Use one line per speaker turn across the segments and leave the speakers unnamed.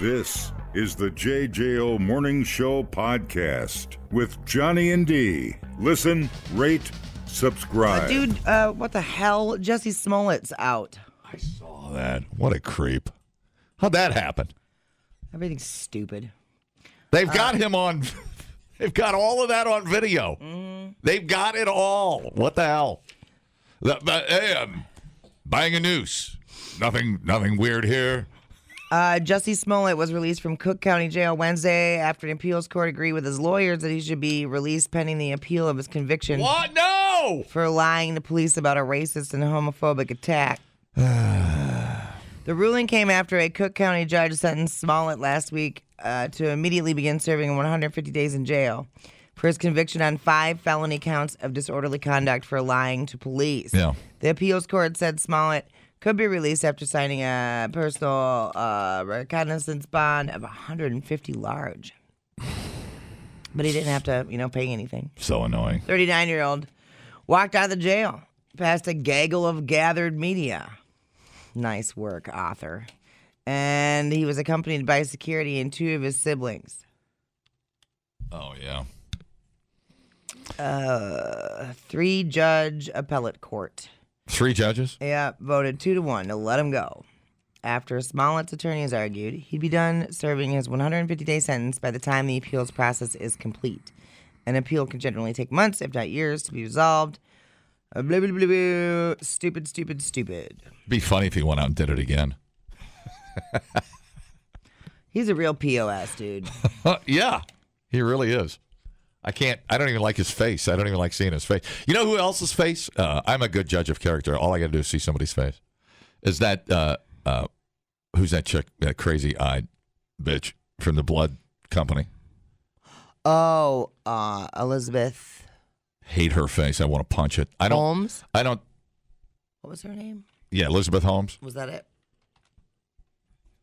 This is the JJO Morning Show podcast with Johnny and D. Listen, rate, subscribe.
Dude, uh, what the hell? Jesse Smollett's out.
I saw that. What a creep. How'd that happen?
Everything's stupid.
They've got him on. They've got all of that on video. They've got it all. What the hell? The, but, hey, I'm buying a noose. Nothing. Nothing weird here.
Uh, Jesse Smollett was released from Cook County Jail Wednesday after an appeals court agreed with his lawyers that he should be released pending the appeal of his conviction
What? No.
for lying to police about a racist and homophobic attack. the ruling came after a Cook County judge sentenced Smollett last week uh, to immediately begin serving 150 days in jail for his conviction on five felony counts of disorderly conduct for lying to police.
Yeah.
The appeals court said Smollett could be released after signing a personal uh, reconnaissance bond of 150 large. But he didn't have to, you know, pay anything.
So annoying.
39 year old, walked out of the jail past a gaggle of gathered media. Nice work, author. And he was accompanied by security and two of his siblings.
Oh yeah.
A three judge appellate court.
Three judges.
Yeah, voted two to one to let him go. After Smollett's attorneys argued, he'd be done serving his 150 day sentence by the time the appeals process is complete. An appeal can generally take months, if not years, to be resolved. Uh, Blah, blah, blah, blah. Stupid, stupid, stupid.
Be funny if he went out and did it again.
He's a real POS, dude.
Huh, yeah, he really is. I can't. I don't even like his face. I don't even like seeing his face. You know who else's face? Uh, I'm a good judge of character. All I got to do is see somebody's face. Is that uh, uh, who's that chick? That crazy eyed bitch from the Blood Company.
Oh, uh, Elizabeth
Hate her face. I want to punch it. I don't.
Holmes.
I don't.
What was her name?
Yeah, Elizabeth Holmes.
Was that it?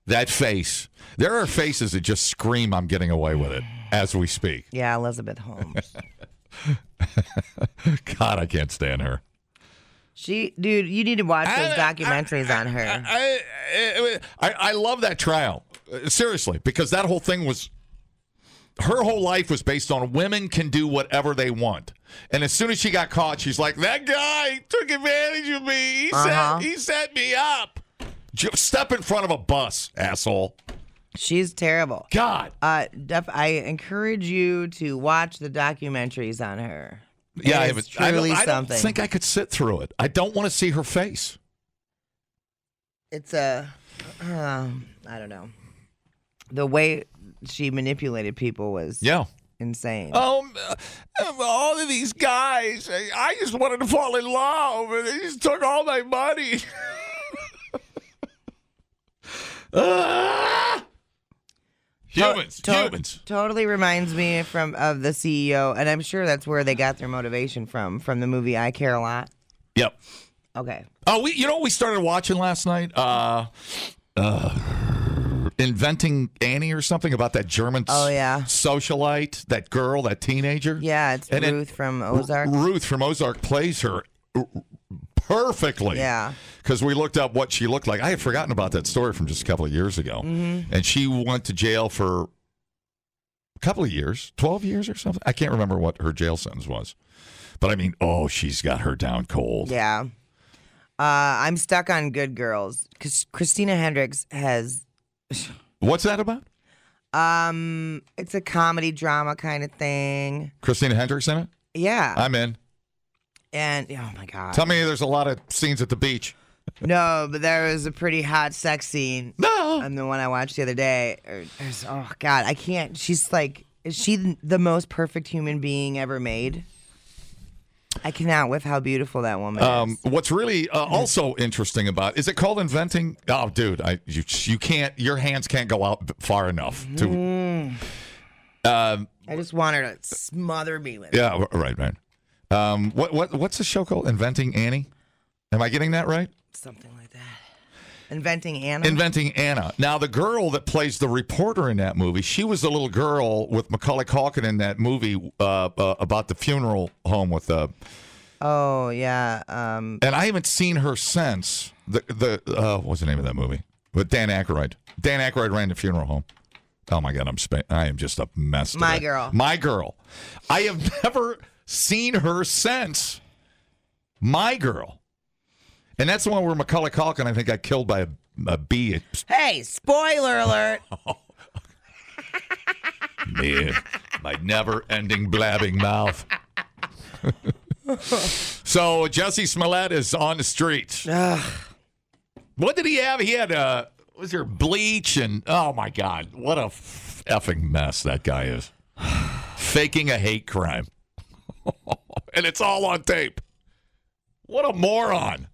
That face. There are faces that just scream, "I'm getting away with it" as we speak.
Yeah, Elizabeth Holmes.
God, I can't stand her.
she, dude, you need to watch those
I-
documentaries on her.
I, I, I I love that trial. Uh, Seriously, because that whole thing was her whole life was based on women can do whatever they want. And as soon as she got caught, she's like, "That guy took advantage of me. He
Uh-huh.
set he set me up. Ju- step in front of a bus, asshole.
She's terrible.
God,
Uh, def- I encourage you to watch the documentaries on her.
yeah, I
it's
haven't- I don't-
truly
I don't
something.
think I could sit through it. I don't want to see her face.
It's a, um, I don't know. The way she manipulated people was
Yeah.
insane.
Um, uh, all of these guys, I- I just wanted to fall in love, and they just took all my money. Ah!
To-
Humans,
to-
humans.
Totally reminds me from of the CEO, and I'm sure that's where they got their motivation from, from the movie I Care a Lot.
Yep.
Okay.
Oh, we, you know what we started watching last night? Uh, uh, Inventing Annie or something about that German s-
Oh, yeah.
socialite, that girl, that teenager.
Yeah, it's
And it-
Ruth from Ozark.
Ruth from Ozark plays her perfectly.
Yeah.
Because we looked up what she looked like. I had forgotten about that story from just a couple of years ago. And she went to jail for a couple of years, 12 years or something. I can't remember what her jail sentence was. But I mean, oh, she's got her down cold.
Yeah. Uh, I'm stuck on Good Girls because Christina Hendricks has.
What's that about?
Um, it's a comedy drama kind of thing.
Christina Hendricks in it?
Yeah,
I'm in.
and oh my god,
Tell me there's a lot of scenes at the beach.
no, but there was a pretty hot sex scene.
No.
I'm the one I watched the other day. Or- there's- Oh god, I can't. She's like, is she the most perfect human being ever made? I cannot with how beautiful that woman
Um,
is.
what's really uh, also interesting about is it called inventing? Oh, dude, I you, you can't your hands can't go out b- far enough to
I just want her to smother me with. it.
yeah w- right right. Um, what what what's the show called? Inventing Annie. Am I getting that right?
Something like that. Inventing Anna.
Inventing Anna. Now the girl that plays the reporter in that movie, she was the little girl with Macaulay Culkin in that movie uh, uh, about the funeral home with uh, the.
oh yeah. Um,
And I haven't seen her since the the uh, what's the name of that movie? But Dan Aykroyd. Dan Aykroyd ran the funeral home. Oh my God, I'm spa- I am just a mess.
My
today.
girl.
My girl. I have never seen her since. My girl. And that's the one where McCullough Culkin, I think, got killed by a, a bee.
Hey, spoiler alert.
Yeah, my never-ending blabbing mouth. so Jesse Smollett is on the street. What did he have? He had uh, was there bleach and oh my god, what a f- effing mess that guy is. Faking a hate crime, and it's all on tape. What a moron!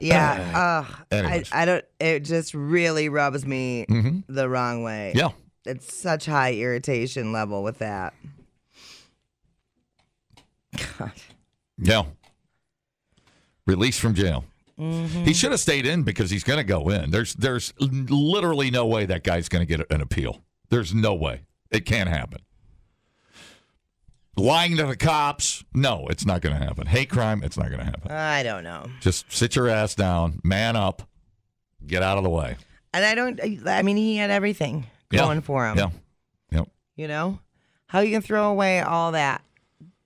Yeah. Uh, I,
anyways. Mm-hmm.
I don't, it just really rubs me the wrong way.
Yeah,
It's such high irritation level with that. God.
yeah. Released from jail. He should have stayed in because he's going to go in. There's there's literally no way that guy's going to get an appeal. There's no way. It can't happen. Lying to the cops? No, it's not going to happen. Hate crime? It's not going to happen.
I don't know.
Just sit your ass down, man up, get out of the way.
And I don't, I mean, he had everything
Yeah.
going for him.
Yeah. Yep.
You know, how you can throw away all that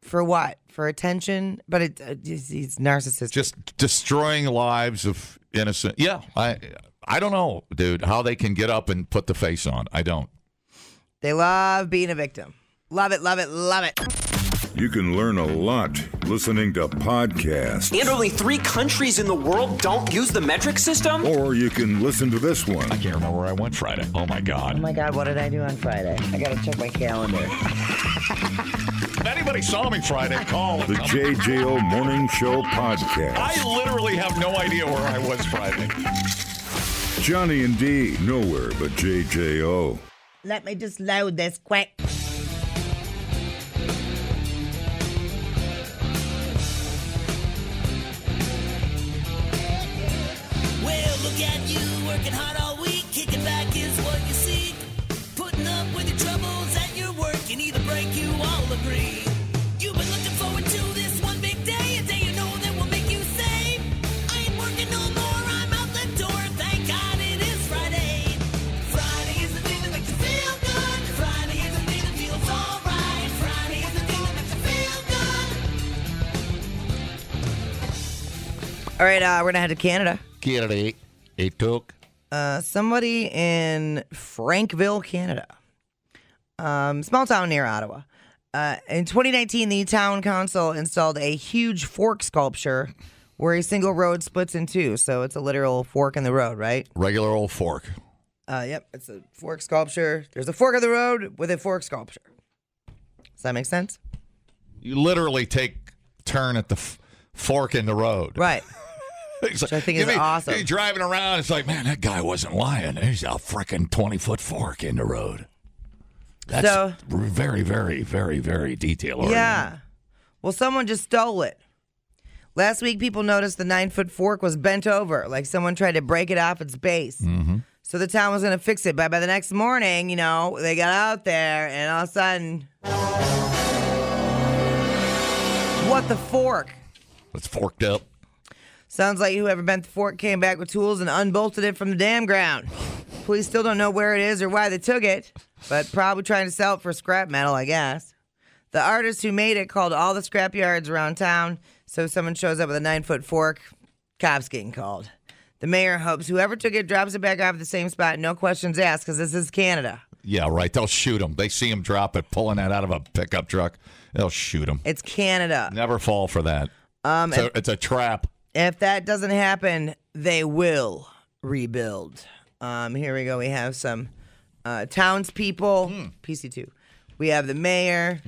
for what? For attention? But it, uh, he's he's narcissistic.
Just destroying lives of innocent. Yeah. I I don't know, dude, how they can get up and put the face on. I don't.
they love being a victim. Love it, love it, love it.
You can learn a lot listening to podcasts,
And only three countries in the world don't use the metric system?
or you can listen to this one.
I can't remember where I went Friday. Oh my god.
Oh my God, what did I do on Friday? I gotta check my calendar.
If anybody saw me Friday, call.
The JJO Morning Show podcast.
I literally have no idea where I was Friday.
Johnny and D, nowhere but JJO.
Let me just load this quick.
Well, look at you, working hard all week, kicking back is what you seek. Putting up with your troubles at your work can either break you all agree. You've been looking forward to this one big day, a day you know that will make you say, I ain't working no more, I'm out the door, thank God it is Friday. Friday is the day that makes you feel good. Friday is the day that feels alright. Friday is the day that makes you feel good.
All right, uh, we're gonna head to Canada.
Kennedy, it took.
Uh, somebody in Frankville, Canada, um, small town near Ottawa. Uh, in 2019, the town council installed a huge fork sculpture where a single road splits in two. So it's a literal fork in the road, right?
Regular old fork.
Uh, yep, it's a fork sculpture. There's a fork in the road with a fork sculpture. Does that make sense?
You literally take turn at the f- fork in the road.
Right.
It's like-
I think is
you mean-
awesome.
You're driving around. It's like, man, that guy wasn't lying. There's a freaking 20 foot fork in the road. That's
So-
very, very, very, very detail oriented.
Yeah. Well, someone just stole it. Last week, people noticed the nine foot fork was bent over, like someone tried to break it off its base. So the town was going to fix it. But by the next morning, you know, they got out there and all of a sudden, what the fork?
It's forked up.
Sounds like whoever bent the fork came back with tools and unbolted it from the damn ground. Police still don't know where it is or why they took it, but probably trying to sell it for scrap metal, I guess. The artist who made it called all the scrap yards around town, so if someone shows up with a nine foot fork, cops getting called. The mayor hopes whoever took it drops it back off at the same spot, no questions asked, because this is Canada.
Yeah, right. They'll shoot him. They see him drop it, pulling that out of a pickup truck. They'll shoot him.
It's Canada.
Never fall for that. Um, it's, a, it's a trap.
If that doesn't happen, they will rebuild. Um, here we go. We have some uh, townspeople,
Hmm.
PC2. We have the mayor,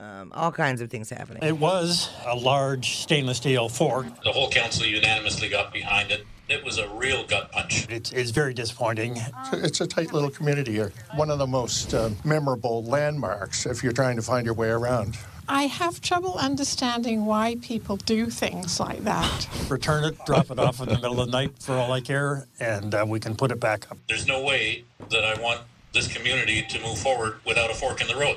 um, all kinds of things happening.
It was a large stainless steel fork.
The whole council unanimously got behind it. It was a real gut punch.
It's, it's very disappointing.
It's a tight little community here. One of the most uh, memorable landmarks if you're trying to find your way around.
I have trouble understanding why people do things like that.
Return it, drop it off in the middle of the night for all I care, and uh, we can put it back up.
There's no way that I want this community to move forward without a fork in the road.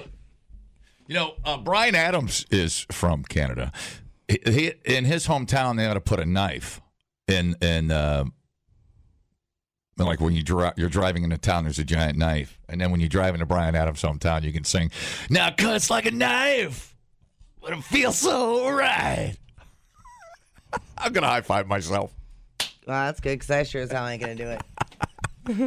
You know, uh, Brian Adams is from Canada. He, he- in his hometown, they ought to put a knife in in uh, Like when you dri- you're driving into town, there's a giant knife, and then when you drive into Brian Adams' hometown, you can sing, "Now it cuts like a knife, but it feels so right." I'm gonna high five myself.
Wow, that's good because I sure as hell ain't gonna do it.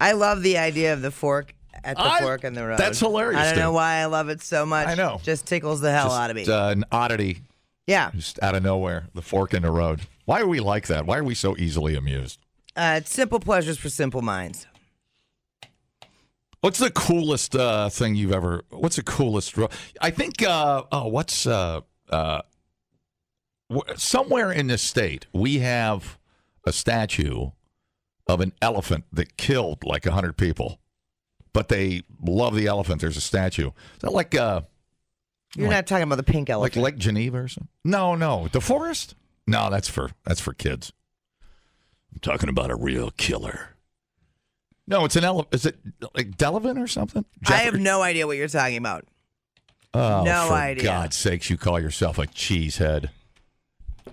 I love the idea of the fork at the
I-
fork in the road.
that's hilarious
I don't
to
know
me.
why I love it so much.
I know.
just tickles the hell out of me.
Just, uh, an oddity,
yeah,
just out of nowhere, the fork in the road. Why are we like that? Why are we so easily amused?
uh, it's simple pleasures for simple minds.
What's the coolest uh, thing you've ever? What's the coolest? ro- I think. Uh, oh, what's uh, uh, wh- somewhere in this state we have a statue of an elephant that killed like hundred people, but they love the elephant. There's a statue. Is that like uh,
You're
Like-
not talking about the pink
Oh, like
elephant.
Lake Geneva or something? No, no, the forest. No, that's for that's for kids. I'm talking about a real killer. No, it's an elephant. Is it like Delavan or something?
I have
Jeff-
no idea what you're talking about.
Oh,
No
for
idea.
God's sakes, you call yourself a cheesehead.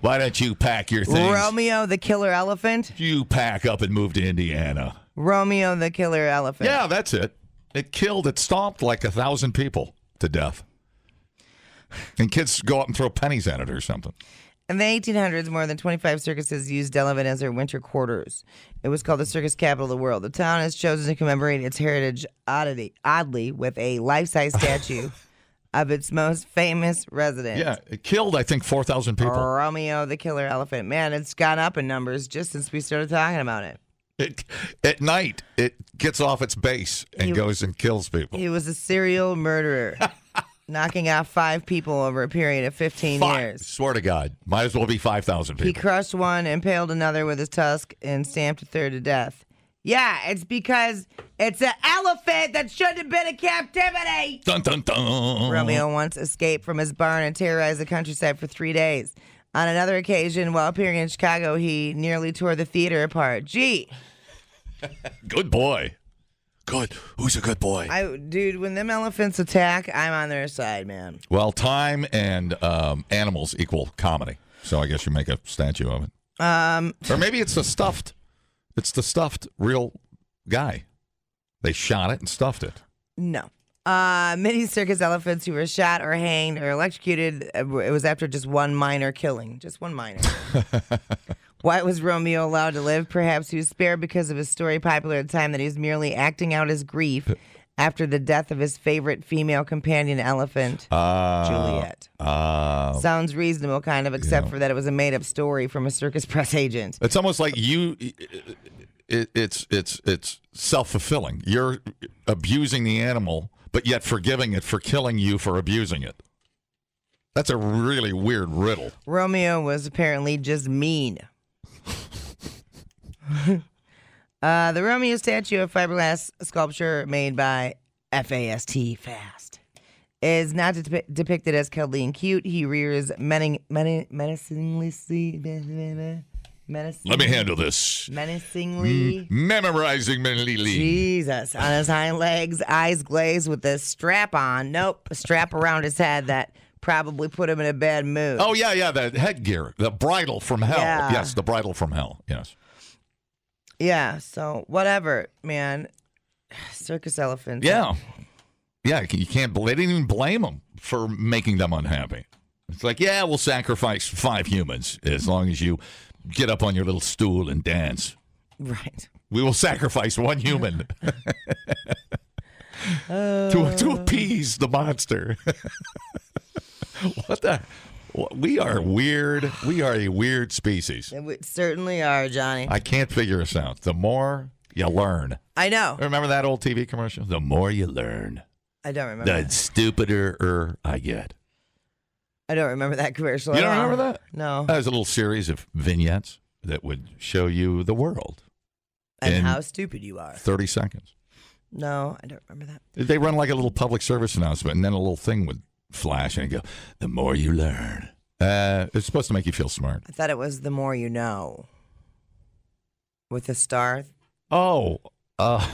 Why don't you pack your things?
Romeo the killer elephant.
you pack up and move to Indiana.
Romeo the killer elephant.
Yeah, that's it. It killed, it stomped like a thousand people to death. And kids go up and throw pennies at it or something.
In the 1800s, more than 25 circuses used Delavan as their winter quarters. It was called the circus capital of the world. The town has chosen to commemorate its heritage oddity, oddly with a life-size statue of its most famous resident,
Yeah, it killed, I think, 4,000 people.
Romeo the killer elephant. Man, it's gone up in numbers just since we started talking about it.
It, at night, it gets off its base and
He-
goes and kills people.
He was a serial murderer, knocking out five people over a period of 15
Fi-
years.
Swear to God, might as well be 5,000
He
people.
crushed one, impaled another with his tusk, and stamped a third to death. Yeah, it's because it's an elephant that shouldn't have been in captivity.
Dun, dun, dun.
Romeo once escaped from his barn and terrorized the countryside for three days. On another occasion, while appearing in Chicago, he nearly tore the theater apart. Gee,
Good boy. Good. Who's a good boy?
I, dude, when them elephants attack, I'm on their side, man.
Well, time and um, animals equal comedy. So I guess you make a statue of it.
Um,
Or maybe it's the stuffed. It's the stuffed real guy. They shot it and stuffed it.
No. Uh, many circus elephants who were shot or hanged or electrocuted. uh, It was after just one minor killing, just one minor. Why was Romeo allowed to live? Perhaps he was spared because of his story popular at the time that he was merely acting out his grief after the death of his favorite female companion elephant,
Uh,
Juliet.
Uh,
Sounds reasonable, kind of, except for that it was a made up story from a circus press agent.
it's almost like you. It, it's it's it's self fulfilling. You're abusing the animal, but yet forgiving it for killing you for abusing it. That's a really weird riddle.
Romeo was apparently just mean. uh, the Romeo statue of fiberglass sculpture made by FAST Fast is not de- depicted as cuddly and cute. He rears mening, mening, menacingly. Menacingly.
Let me Mm, handle this.
Menacingly.
Memorizing Melili.
Jesus, on his hind legs, eyes glazed with this strap on. Nope, a strap around his head that probably put him in a bad mood.
Oh yeah, yeah, the headgear, the bridle from hell.
Yeah.
Yes, the bridle from hell. Yes.
Yeah, so whatever, man. Circus elephants.
Yeah. Yeah, you can't. They didn't even blame them for making them unhappy. It's like, yeah, we'll sacrifice five humans as long as you get up on your little stool and dance.
Right.
We will sacrifice one human to to appease the monster. what the? We are weird. We are a weird species.
They would- certainly are, Johnny. I,
I can't figure us out. The more you learn.
know.
Remember that old TV commercial? The more you learn,
I don't remember.
the
that.
stupider er, I get.
I don't remember that commercial.
You
at
don't
all.
remember that?
No.
That was a little series of vignettes that would show you the world.
and,
and-
how stupid you are.
30 seconds.
No, I don't remember that.
They run like a little public service announcement, and then a little thing would flash and it'd go, The more you learn. Uh, it's supposed to make you feel smart.
I thought it was the more you know. With a star.
Oh. Uh,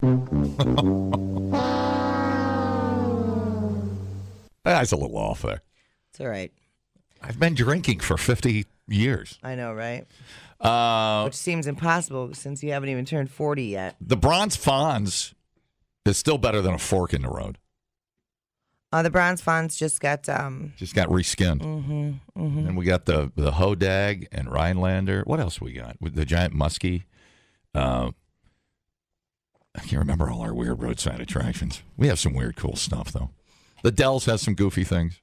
That's a little off there.
It's all right.
I've been drinking for 50 years.
I know, right?
Uh,
Which seems impossible since you haven't even turned 40 yet.
the Bronze Fonz is still better than a fork in the road.
Uh, the Bronze Fonz just got um,
Just got reskinned. Mm-hmm, And we got the the Hodag and Rhinelander. What else we got? With the giant muskie. Uh, I can't remember all our weird roadside attractions. We have some weird, cool stuff though. The Dells has some goofy things.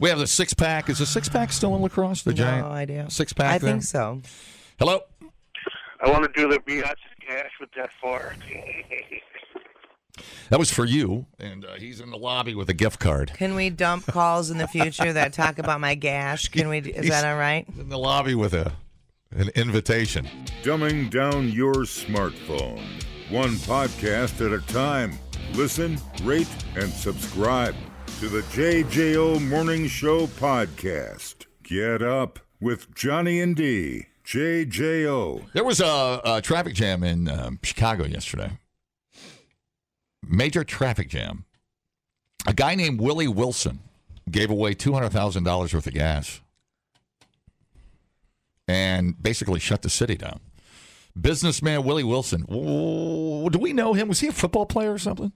We have the six pack. Is the six pack still in lacrosse? The giant
no idea.
six pack.
I think so.
Hello.
I want to do the Biatch Cash with that fork.
That was for you, and uh, he's in the lobby with a gift card.
Can we dump calls in the future that talk about my gash? Can we? Is that all right?
He's in the lobby with a an invitation.
Dumbing down your smartphone. One podcast at a time. Listen, rate, and subscribe to the JJO Morning Show podcast. Get up with Johnny and D. JJO.
There was a, a traffic jam in um, Chicago yesterday. Major traffic jam. A guy named Willie Wilson gave away two hundred thousand dollars worth of gas, and basically shut the city down. Businessman Willie Wilson. Whoa, do we know him? Was he a football player or something?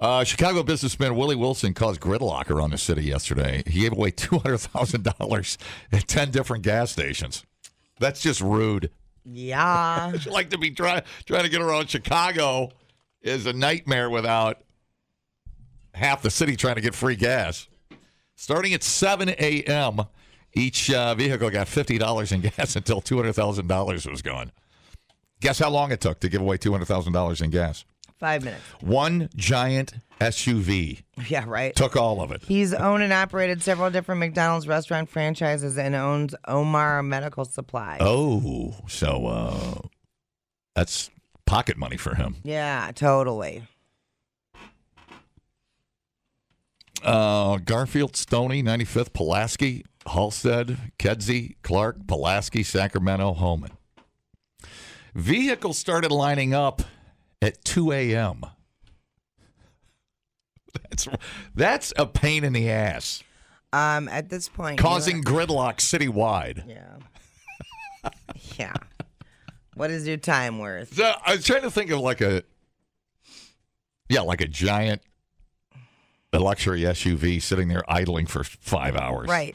Uh, Chicago businessman Willie Wilson caused gridlock around the city yesterday. He gave away two hundred thousand dollars at ten different gas stations. That's just rude.
Yeah.
It's like to be trying trying to get around Chicago is a nightmare without half the city trying to get free gas. Starting at 7 a.m., each uh, vehicle got fifty dollars in gas until two hundred thousand dollars was gone. Guess how long it took to give away two hundred thousand dollars in gas?
Five minutes.
One giant SUV
Yeah, right.
took all of it.
He's owned and operated several different McDonald's restaurant franchises and owns Omar Medical Supply.
Oh, so uh, that's pocket money for him.
Yeah, totally.
Uh, Garfield, Stoney, 95th, Pulaski, Halstead, Kedzie, Clark, Pulaski, Sacramento, Homan. Vehicles started lining up at 2 a.m. That's that's a pain in the ass,
Um, at this point, you-
causing gridlock citywide.
Yeah. yeah. What is your time worth?
So I was trying to think of like a, yeah, like a giant luxury SUV sitting there idling for five hours.
Right.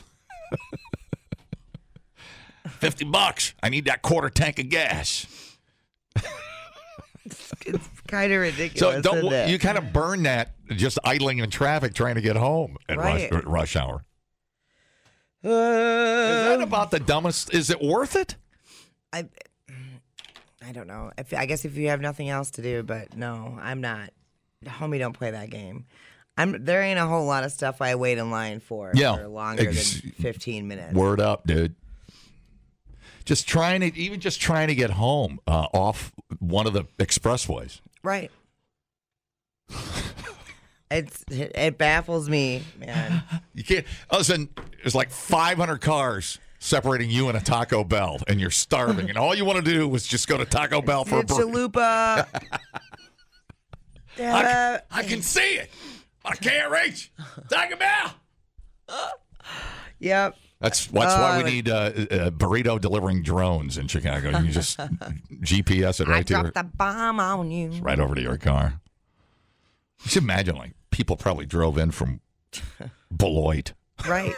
50 bucks. I need that quarter tank of gas.
It's kind of ridiculous.
So
isn't
don't
it?
you kind of burn that just idling in traffic trying to get home at
Right.
rush, at rush hour. Is that
Uh,
about the dumbest? Is it worth it?
I, I don't know. If, I guess if you have nothing else to do, but no, I'm not. Homie, don't play that game. I'm, there ain't a whole lot of stuff I wait in line for
Yeah.
for longer
Ex-
than 15 minutes.
Word up, dude. Just trying to even just trying to get home uh, off one of the expressways.
Right. it's it, it baffles me, man.
You can't. Listen, there's like 500 cars separating you and a Taco Bell, and you're starving, and all you want to do is just go to Taco Bell for a burger.
Chalupa.
I, can- I can see it. I can't reach Taco Bell.
yep.
That's that's why
Oh,
we
like-
need uh, uh, burrito delivering drones in Chicago. You just GPS it
I
right to your,
dropped a bomb on you.
right over to your car. You should imagine like people probably drove in from Beloit.
Right.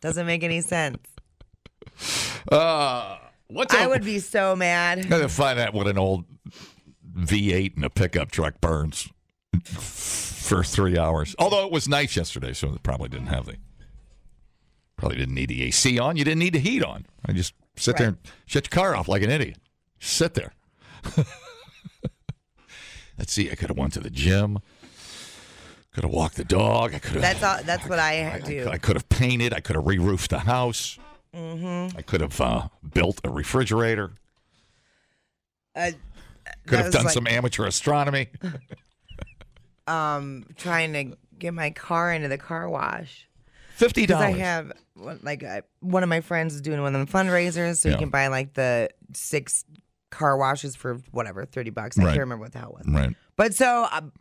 Doesn't make any sense.
Uh, what's
I
a-
would be so mad.
gotta find out what an old V8 and a pickup truck burns for three hours. Although it was nice yesterday, so it probably didn't have the probably didn't need the AC on. You didn't need the heat on. I just sit there and shut your car off like an idiot. Sit there. Let's see. I could have went to the gym. Could have walked the dog. I could have.
That's all. That's what I do.
I, I could have painted. I could have re-roofed the house.
Mm-hmm.
I could have uh, built a refrigerator.
Uh,
Could
That
have
was
done
like-
some amateur astronomy.
um, trying to get my car into the car wash.
Fifty
Because I
dollars.
have one- like I, one of my friends is doing one of them fundraisers, so
Yeah.
you can buy like the six car washes for whatever thirty bucks. I
Right.
can't remember what the hell it was.
right.
But so um,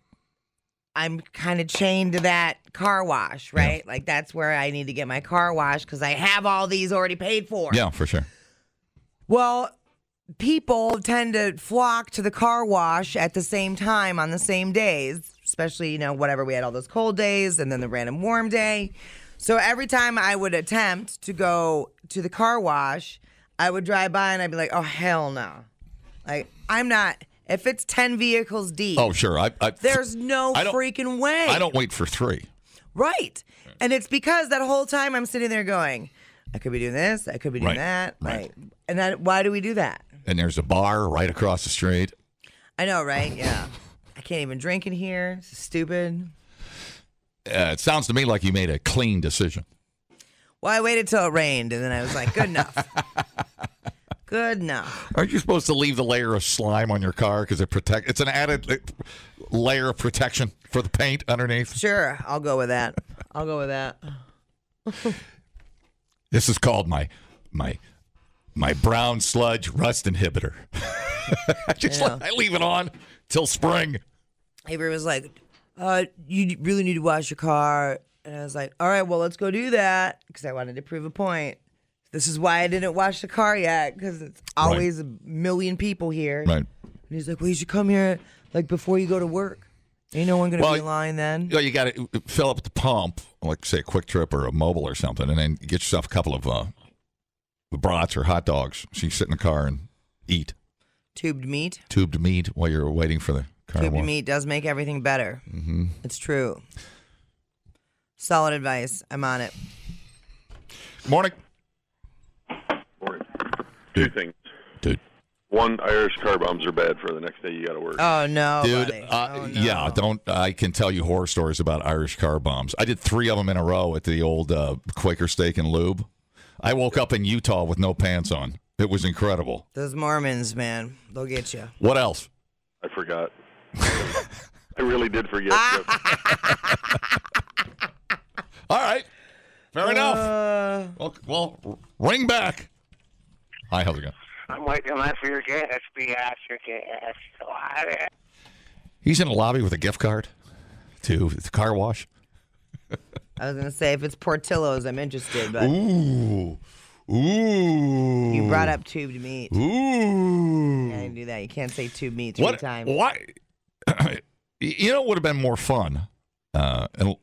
I'm kind of chained to that car wash, right? Like that's where I need to get my car wash because I have all these already paid for.
Yeah, for sure.
Well, people tend to flock to the car wash at the same time on the same days, especially, you know, whatever. We had all those cold days and then the random warm day. So every time I would attempt to go to the car wash, I would drive by and I'd be like, oh, hell no. Like, I'm not, if it's 10 vehicles deep,
Oh, sure. I, I
there's no
I don't-
freaking way.
I don't wait for three.
Right. And it's because that whole time I'm sitting there going, I could be doing this, I could be doing
Right,
that.
right.
Like, and that, why do we do that?
And there's a bar right across the street.
I know, right? Yeah. I can't even drink in here. This is stupid.
Uh, it sounds to me like you made a clean decision.
Well, I waited till it rained and then I was like, good enough. good enough.
Aren't you supposed to leave the layer of slime on your car because it protect? It's an added uh, layer of protection for the paint underneath.
Sure, I'll go with that. I'll go with that.
This is called my my my brown sludge rust inhibitor. I just
Yeah.
I leave it on till spring.
Avery was like, uh, you really need to wash your car. And I was like, all right, well, let's go do that because I wanted to prove a point. This is why I didn't wash the car yet because it's
Right.
always a million people here.
Right.
And he's like, well, you should come here like before you go to work. Ain't no one going to
Well,
be in line then.
You, know, you got to fill up at the pump, like say a quick trip or a mobile or something, and then get yourself a couple of uh, brats or hot dogs. So you sit in the car and eat
Tubed meat.
tubed meat while you're waiting for the car.
Tubed
wash.
meat does make everything better.
Mhm.
It's true. Solid advice. I'm on it.
Morning,
Two things.
dude.
One, Irish car bombs are bad for the next day you got to work.
Oh, no.
Dude,
buddy.
uh,
Oh, no.
yeah, don't. I can tell you horror stories about Irish car bombs. I did three of them in a row at the old uh, Quaker Steak and Lube. I woke up in Utah with no pants on. It was incredible.
Those Mormons, man, they'll get you.
What else?
I forgot. I really did forget.
All right, fair enough.
Uh,
Well, well, ring back. Hi, how's it going?
I'm waiting out for your gas, BS, your gas. Oh, Why?
He's in a lobby with a gift card to the car wash.
I was gonna say if it's Portillo's, I'm interested, but
Ooh, ooh.
you brought up tubed meat.
Ooh.
Yeah, you do that. You can't say tubed meat three times.
Why? you know, it would have been more fun uh, and-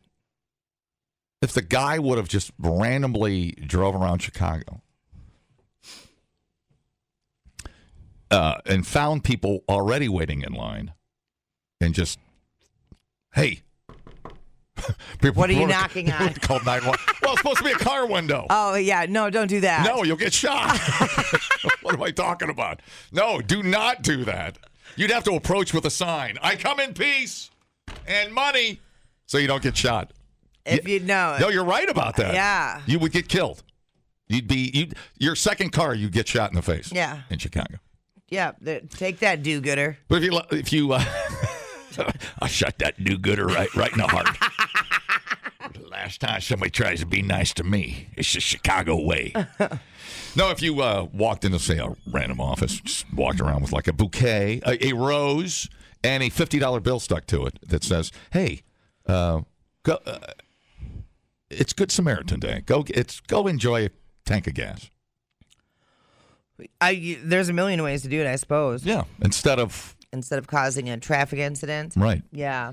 if the guy would have just randomly drove around Chicago uh, and found people already waiting in line and just, hey. People
What are you
would've-
knocking on?
would've Called 911. well, it's supposed to be a car window.
Oh yeah, no, don't do that.
No, you'll get shot. what am I talking about? No, do not do that. You'd have to approach with a sign. I come in peace and money, so you don't get shot.
if you know.
No, you're right about that.
Uh, Yeah.
you would get killed. You'd be you your second car. You'd get shot in the face.
Yeah.
in Chicago.
Yeah, th- take that, do-gooder.
But if you lo- if you, uh, I shot that do gooder right right in the heart. Last time somebody tries to be nice to me, it's the Chicago way. no, if you uh, walked into say a random office, just walked around with like a bouquet, a, a rose, and a fifty dollar bill stuck to it that says, "Hey, uh, go, uh, it's Good Samaritan Day. Go, it's go enjoy a tank of gas."
I you, there's a million ways to do it, I suppose.
Yeah, instead of
Instead of causing a traffic incident.
right.
Yeah.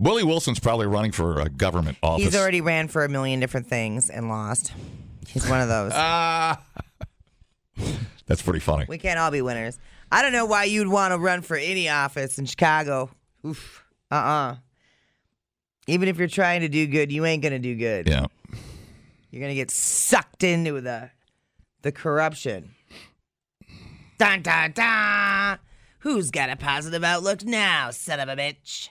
Willie Wilson's probably running for a government office.
He's already ran for a million different things and lost. He's one of those.
Ah. That's pretty funny.
we can't all be winners. I don't know why you'd want to run for any office in Chicago. Oof. Uh-uh. Even if you're trying to do good, you ain't gonna do good.
Yeah.
You're gonna get sucked into the the corruption. Dun dun dun. Who's got a positive outlook now, son of a bitch?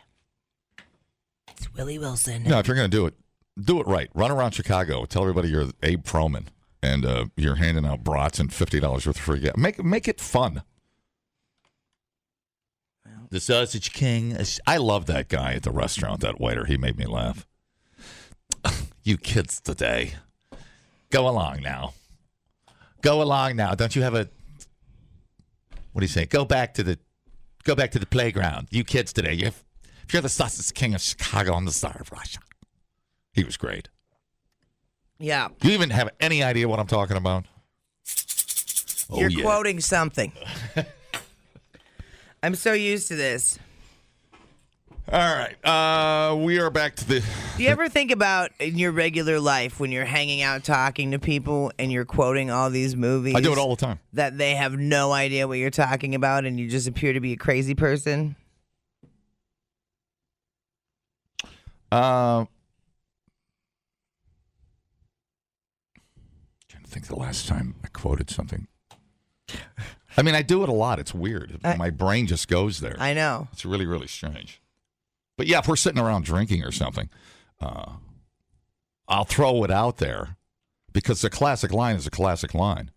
It's Willie Wilson.
No, if you're going to do it, do it right. Run around Chicago. Tell everybody you're Abe Proman and uh, you're handing out brats and fifty dollars worth of free gas. Make make it fun. The Sausage King. I love that guy at the restaurant. That waiter. He made me laugh. you kids today, go along now. Go along now. Don't you have a? What do you say? Go back to the, go back to the playground. You kids today. You have If you're the sausage king of Chicago, I'm the czar of Russia. He was great.
Yeah.
Do you even have any idea what I'm talking about? Oh,
You're
yeah.
quoting something. I'm so used to this.
All right. Uh, we are back to the.
Do you ever think about in your regular life when you're hanging out talking to people and you're quoting all these movies?
I do it all the time.
That they have no idea what you're talking about and you just appear to be a crazy person?
Um, trying to think the last time I quoted something. I mean, I do it a lot. It's weird. My brain just goes there.
I know.
It's really, really strange. But yeah, if we're sitting around drinking or something, uh, I'll throw it out there because the classic line is a classic line.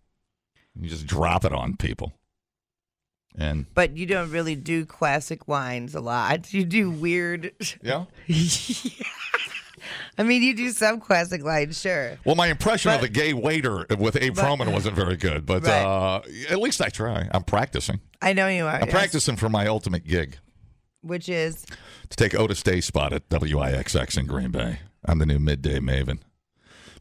You just drop it on people. And
But you don't really do classic lines a lot. You do weird.
Yeah.
I mean, you do some classic lines, sure.
Well, my impression of the gay waiter with Abe
But-
Froman wasn't very good, but
Right.
uh, at least I try. I'm practicing.
I know you are.
I'm practicing for my ultimate gig
Which is
to take Otis Day's spot at WIXX in Green Bay. I'm the new midday maven.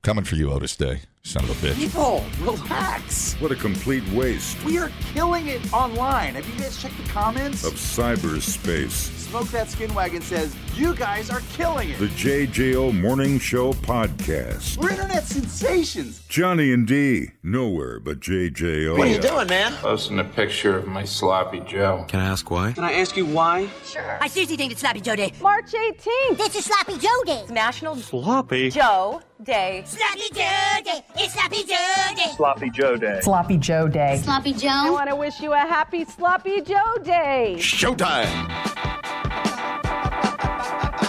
Coming for you, Otis Day, son of a bitch.
People, relax.
What a complete waste
We are killing it online. Have you guys checked the comments?
of cyberspace.
Smoke That Skin Wagon says, You guys are killing it.
The JJO Morning Show podcast.
We're internet sensations.
Johnny and D, nowhere but JJO.
What are you doing, man?
Posting a picture of my sloppy Joe. Can I ask why?
Can I ask you why?
Sure. I seriously think it's Sloppy Joe Day. March 18th. This is Sloppy Joe Day. It's National
Sloppy?
Joe Day. Sloppy Joe Day. It's Sloppy Joe Day.
Sloppy Joe Day.
Sloppy Joe Day.
Sloppy Joe. I want to wish you a happy Sloppy Joe Day.
Showtime.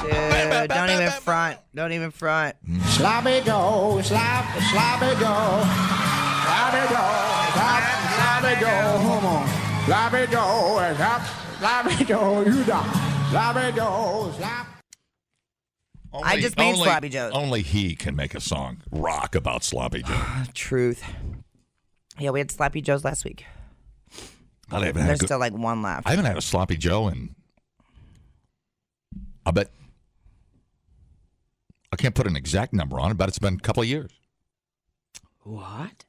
Dude, don't even front. Don't even front.
Sloppy Joe, slop, sloppy Joe, sloppy Joe, slop, sloppy Joe, come on. Sloppy Joe, slop, sloppy Joe, you da. Sloppy Joe, slop.
I just made Sloppy Joes.
Only he can make a song rock about Sloppy Joe.
Truth. Yeah, we had Sloppy Joes last week.
I haven't had a
Oh, There's
good-
still like one left.
I haven't had a sloppy Joe in. I bet. I can't put an exact number on it, but it's been a couple of years.
What?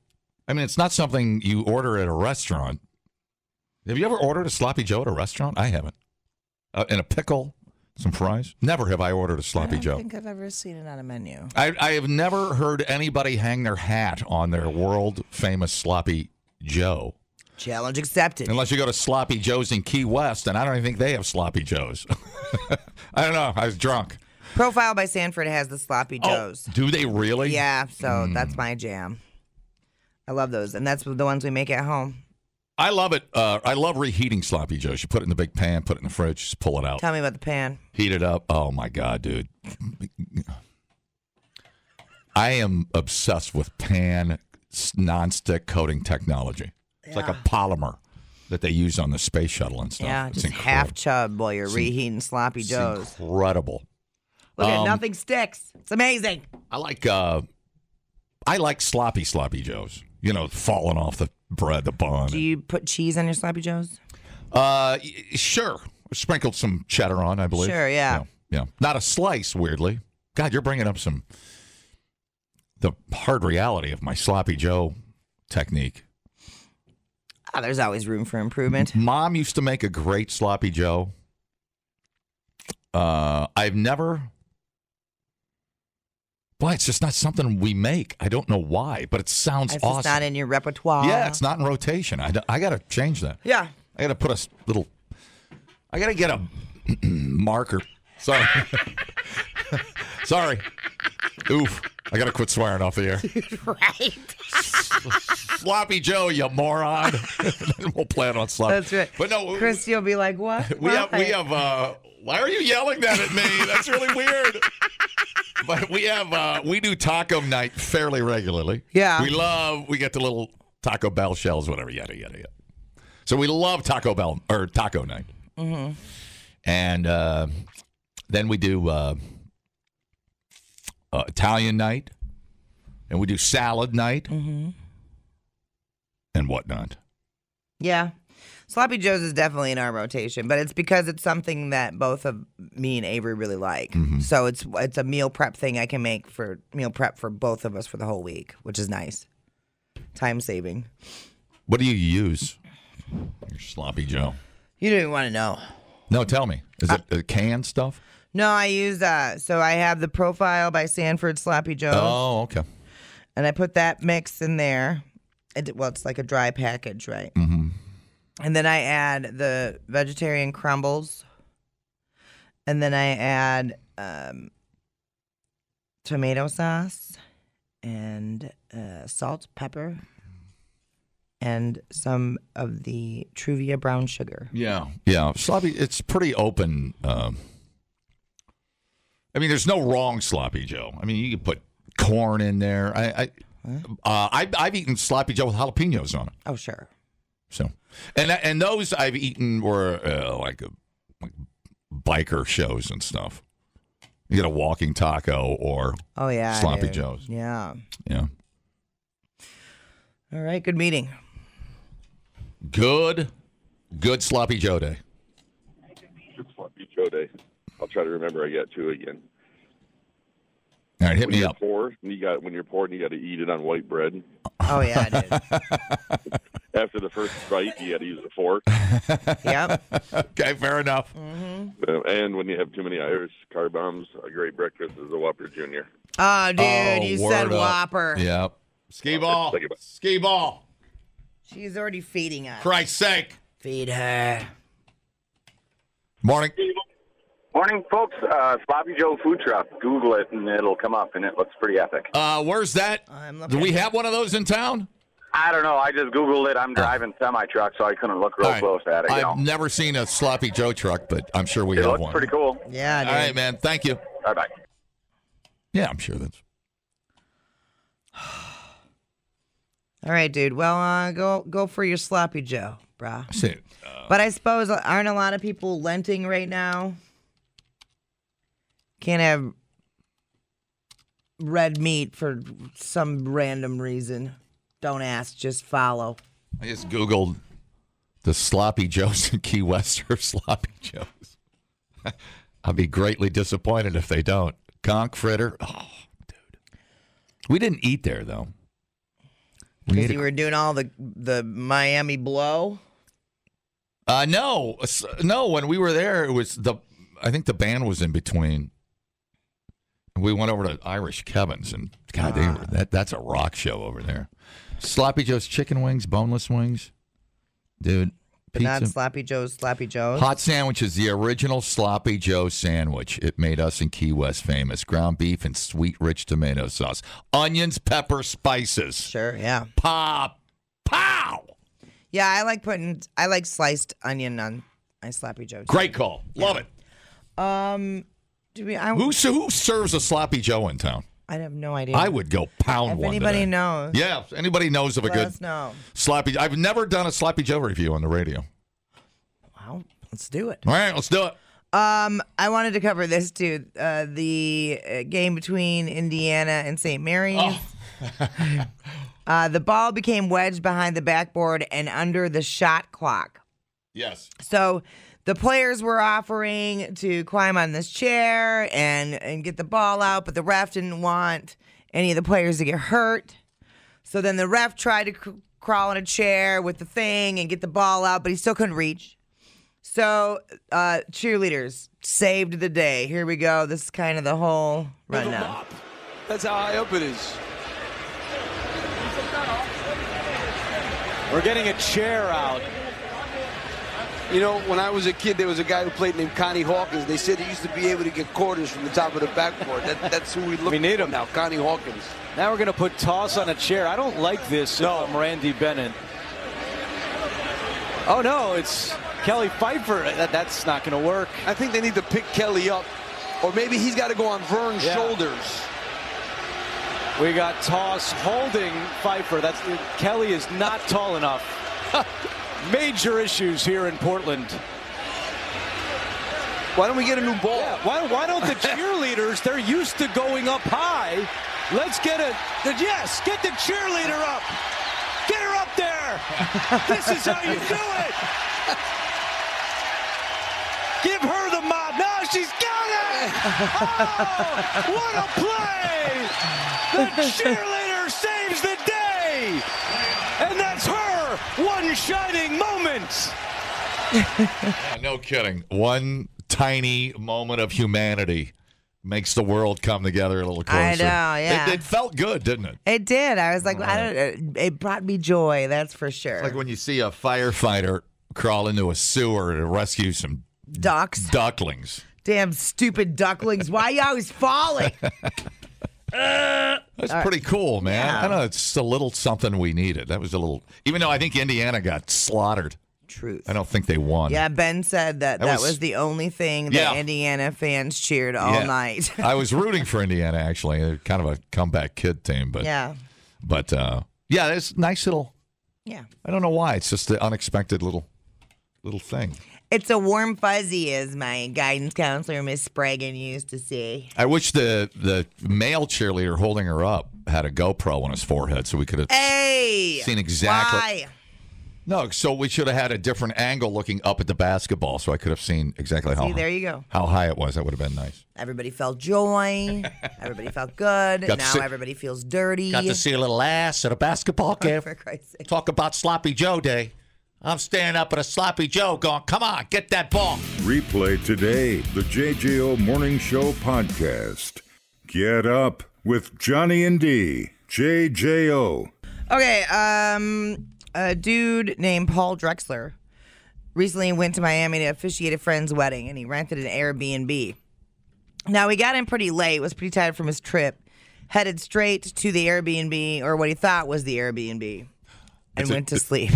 I mean, it's not something you order at a restaurant. Have you ever ordered a sloppy Joe at a restaurant? I haven't. Uh, and a pickle, some fries. Never have I ordered a sloppy
I don't
Joe.
think I've ever seen it on a menu.
I, I have never heard anybody hang their hat on their world famous sloppy Joe.
Challenge accepted.
Unless you go to Sloppy Joe's in Key West, and I don't even think they have Sloppy Joe's. I don't know. I was drunk.
Profile by Sanford has the Sloppy
Oh.
Joes.
Do they really?
Yeah, so
Hmm.
that's my jam. I love those, and that's the ones we make at home.
I love it. Uh, I love reheating Sloppy Joe's. You put it in the big pan, put it in the fridge, just pull it out,
Tell me about the pan.
heat it up. Oh my god, dude! I am obsessed with pan s- nonstick coating technology. It's like a polymer that they use on the space shuttle and stuff.
Yeah,
Oh, it's
just half chub while you're
It's
reheating Sloppy
it's
Joes.
incredible.
Look at
Um,
nothing sticks. It's amazing.
I like uh, I like sloppy sloppy joes. You know, falling off the bread, the bun.
Do you put cheese on your Sloppy Joes?
Uh, y- sure. Sprinkled some cheddar on, I believe.
Sure, yeah.
yeah, Not a slice, weirdly. God, you're bringing up some the hard reality of my sloppy Joe technique.
Oh, there's always room for improvement.
Mom used to make a great sloppy Joe. Uh, I've never. Why it's just not something we make. I don't know why, but it sounds
It's
awesome.
just not in your repertoire.
yeah, it's not in rotation. I, got to change that.
Yeah.
I got to put a s- little. I got to get a marker. Sorry. Sorry. Oof. I got to quit swearing off the air.
right.
Sloppy Joe, you moron. we'll plan on sloppy.
That's right.
But no, we-
Chris, you'll be like, what?
we have
Why?
we have. uh Why are you yelling that at me? That's really weird. But we have uh we do taco night fairly regularly.
Yeah.
We love. We get the little Taco Bell shells, whatever. Yada yada yada. So we love Taco Bell or Taco night.
Mm-hmm.
and uh, then we do uh, uh, Italian night, and we do salad night, and whatnot.
Yeah. Sloppy Joe's is definitely in our rotation, but it's because it's something that both of me and Avery really like.
Mm-hmm.
So it's it's a meal prep thing I can make for meal prep for both of us for the whole week, which is nice. Time saving.
What do you use? Your sloppy Joe.
You don't even want to know.
No, tell me. Is it uh, canned stuff?
No, I use uh so I have the profile by Sanford Sloppy Joe.
Oh, okay.
And I put that mix in there. It, well, it's like a dry package, right?
Mm-hmm.
And then I add the vegetarian crumbles. And then I add um, tomato sauce and uh, salt, pepper, and some of the Truvia brown sugar.
Yeah, yeah. Sloppy. It's pretty open. Um, I mean, there's no wrong sloppy Joe. I mean, you can put corn in there. I, I, uh, I I've eaten sloppy Joe with jalapenos on it.
Oh, sure.
So, and and those I've eaten were uh, like, uh like biker shows and stuff. You get a walking taco or
Oh, yeah.
sloppy
dude.
Joes.
Yeah.
Yeah.
All right. Good meeting.
Good, good sloppy Joe day.
Sloppy Joe Day. I'll try to remember. I got two again.
All right, hit
when
me
you're
up.
Poor, and you got when you're poor, and you got to eat it on white bread.
Oh yeah, dude.
After the first bite, you got to use a fork.
yep.
okay, fair enough.
Uh, and when you have too many Irish car bombs, a great breakfast is a Whopper Junior.
Oh, dude,
Oh,
you
word
said
up.
Whopper.
Yep. Ski ball. Ski ball.
She's already feeding us.
Christ's sake.
Feed her.
Morning.
Morning, folks. Uh, Sloppy Joe Food Truck. Google it and it'll come up, and it looks pretty epic.
Uh, where's that? Do we have one of those in town?
I don't know. I just Googled it. I'm driving semi truck, so I couldn't look real
All right.
close at it. you know.
I've never seen a sloppy Joe truck, but I'm sure we
It
have
looks
one.
pretty cool.
Yeah.
All right, man. Thank you.
Bye bye.
Yeah, I'm sure that's.
All right, dude. Well, uh, go go for your sloppy Joe, bruh.
See,
but I suppose uh, aren't a lot of people lenting right now? Can't have red meat for some random reason. Don't ask, just follow.
I just Googled the sloppy Joes in Key West or sloppy Joes. I'd be greatly disappointed if they don't. Conch fritter. Oh, dude. We didn't eat there, though. We
Because
ate
you were doing all the the Miami blow.
Uh, no, S- no. When we were there, it was the. I think the band was in between. We went over to Irish Kevin's, and God, they were, that that's a rock show over there. Sloppy Joe's chicken wings, boneless wings, dude.
But not
pizza-
Sloppy Joe's Sloppy Joe's.
Hot sandwiches, the original Sloppy Joe sandwich. It made us in Key West famous. Ground beef and sweet, rich tomato sauce, onions, pepper, spices.
Sure, yeah.
Pop.
Yeah, I like putting I like sliced onion on my sloppy joe. too.
Great call. Love it.
Um do we I
Who who serves a Sloppy Joe in town?
I have no idea.
I would go pound
If
one.
anybody
today.
knows.
Yeah, if anybody knows of a
Let
good
us know.
sloppy. I've never done a sloppy Joe review on the radio.
Wow, let's do it.
All right, let's do it.
Um, I wanted to cover this too. Uh, the uh, game between Indiana and St. Mary's. uh, the ball became wedged behind the backboard and under the shot clock.
Yes.
So the players were offering to climb on this chair and and get the ball out, but the ref didn't want any of the players to get hurt. So then the ref tried to cr- crawl on a chair with the thing and get the ball out, but he still couldn't reach. So uh, cheerleaders saved the day. Here we go. This is kind of the whole rundown.
That's how high up it is. We're getting a chair out. You know, when I was a kid, there was a guy who played named Connie Hawkins. They said he used to be able to get quarters from the top of the backboard. That, that's who we look. We need him now, Connie Hawkins.
Now we're going to put toss on a chair. I don't like this. No, I'm Randy Bennett. Oh no, it's Kelly Pfeiffer. That, that's not going to work.
I think they need to pick Kelly up, or maybe he's got to go on Vern's
Yeah.
shoulders.
We got toss holding Pfeiffer. That's Kelly is not tall enough. Major issues here in Portland.
Why don't we get a new ball?
why, why don't the cheerleaders? They're used to going up high. Let's get it. Yes, get the cheerleader up. Get her up there. there. This is how you do it. Give her the mob. Now she's got it. Oh, what a play. The cheerleader saves the day. And that's her one shining moment.
Yeah, Ah, no kidding. One tiny moment of humanity makes the world come together a little closer.
I know, yeah.
It, it felt good, didn't it?
It did. I was like, I don't. It brought me joy. That's for sure.
It's like when you see a firefighter crawl into a sewer to rescue some
ducks,
ducklings.
Damn stupid ducklings! Why you always falling?
That's
Uh,
pretty cool, man. I don't know. It's just a little something we needed. That was a little, even though I think Indiana got slaughtered.
Truth.
I don't think they won.
Yeah, Ben said that
That
that,
was-
was, the only thing that
Yeah.
Indiana fans cheered all
Yeah.
night.
I was rooting for Indiana actually. They're kind of a comeback kid team, but
yeah,
but uh, yeah, it's nice little.
yeah.
I don't know why. It's just the unexpected little little thing.
It's a warm fuzzy, as my guidance counselor Miss Spragan used to say.
I wish the the male cheerleader holding her up had a GoPro on his forehead, so we could have
Eh. Hey,
seen exactly.
Why?
No, so we should have had a different angle looking up at the basketball, so I could have seen exactly how
See, there you go.
how high it was. That would have been nice.
Everybody felt joy. Everybody felt good.
Got to
now
see-
everybody feels dirty.
see a little ass at a basketball game.
For Christ's sake.
Talk about sloppy Joe day. I'm standing up at a sloppy Joe, going, "Come on, get that ball."
Replay today the JJO Morning Show podcast. Get up with Johnny and D. JJO.
Okay, um, a dude named Paul Drexler recently went to Miami to officiate a friend's wedding, and he rented an Airbnb. Now he got in pretty late, was pretty tired from his trip, headed straight to the Airbnb or what he thought was the Airbnb, and went to sleep.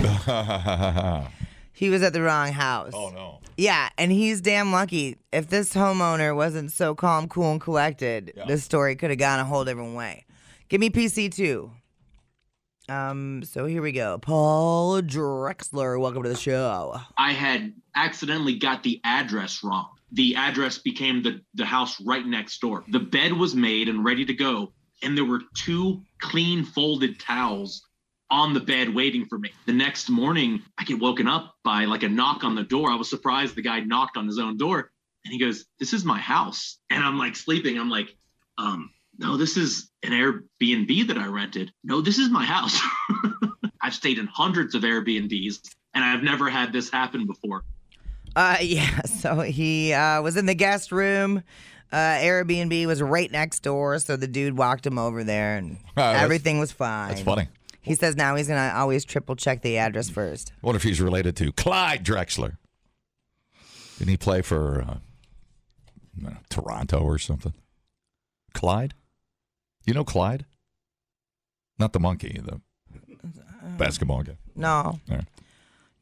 He was at the wrong house.
Oh, no.
Yeah, and he's damn lucky. If this homeowner wasn't so calm, cool, and collected, this story could have gone a whole different way. Give me PC two. Um, so here we go. Paul Drexler, welcome to the show.
I had accidentally got the address wrong. The address became the, the house right next door. The bed was made and ready to go, and there were two clean folded towels on the bed waiting for me. The next morning, I get woken up by like a knock on the door. I was surprised the guy knocked on his own door and he goes, This is my house. And I'm like sleeping. I'm like, um, no, this is an Airbnb that I rented. No, this is my house. I've stayed in hundreds of Airbnbs and I've never had this happen before.
Uh, yeah. So he uh, was in the guest room. Uh, Airbnb was right next door, so the dude walked him over there, and
that's-
everything was fine.
that's funny.
He says now he's gonna always triple check the address first.
I wonder if he's related to Clyde Drexler. Didn't he play for uh, I don't know, Toronto or something? Clyde? You know Clyde? Not the monkey, the basketball guy.
No,
All right.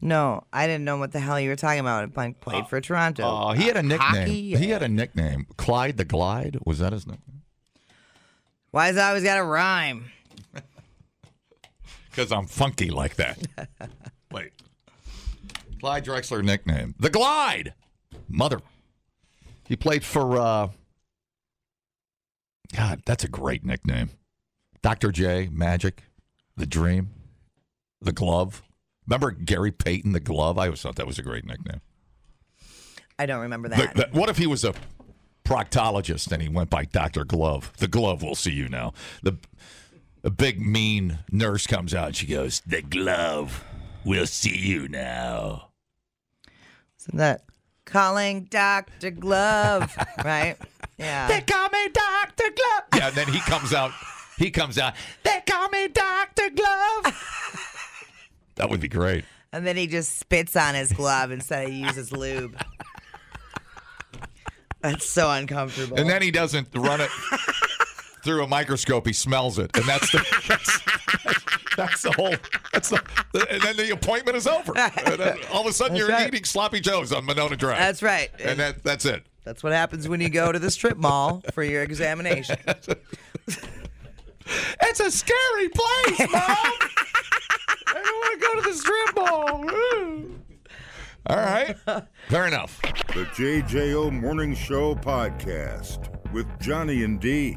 no, I didn't know what the hell you were talking about. It played played for Toronto.
Oh, he had a nickname.
Hockey?
He had a nickname. Clyde the Glide. Was that his nickname?
Why is it always got to rhyme?
Because I'm funky like that. Wait. Clyde Drexler nickname. The Glide. Mother. He played for uh God, that's a great nickname. Dr. J, Magic, The Dream, The Glove. Remember Gary Payton, The Glove? I always thought that was a great nickname.
I don't remember
The-
that.
the- what if he was a proctologist and he went by Dr. Glove? The Glove will see you now. The a big mean nurse comes out and she goes, "The Glove will see you now."
Isn't that calling Doctor Glove? right? Yeah. They
call me Doctor Glove. Yeah, and then he comes out. He comes out. They call me Doctor Glove. That would be great.
And then he just spits on his glove instead of uses lube. That's so uncomfortable.
And then he doesn't run it through a microscope. He smells it, and that's the that's, that's the whole. That's the. And then the appointment is over. And then all of a sudden,
That's
you're
right.
eating sloppy joes on Monona Drive.
That's right.
And that that's it.
That's what happens when you go to the strip mall for your examination.
It's a scary place, Mom. I don't want to go to the strip mall. All right. Fair enough.
The JJO Morning Show podcast with Johnny and D.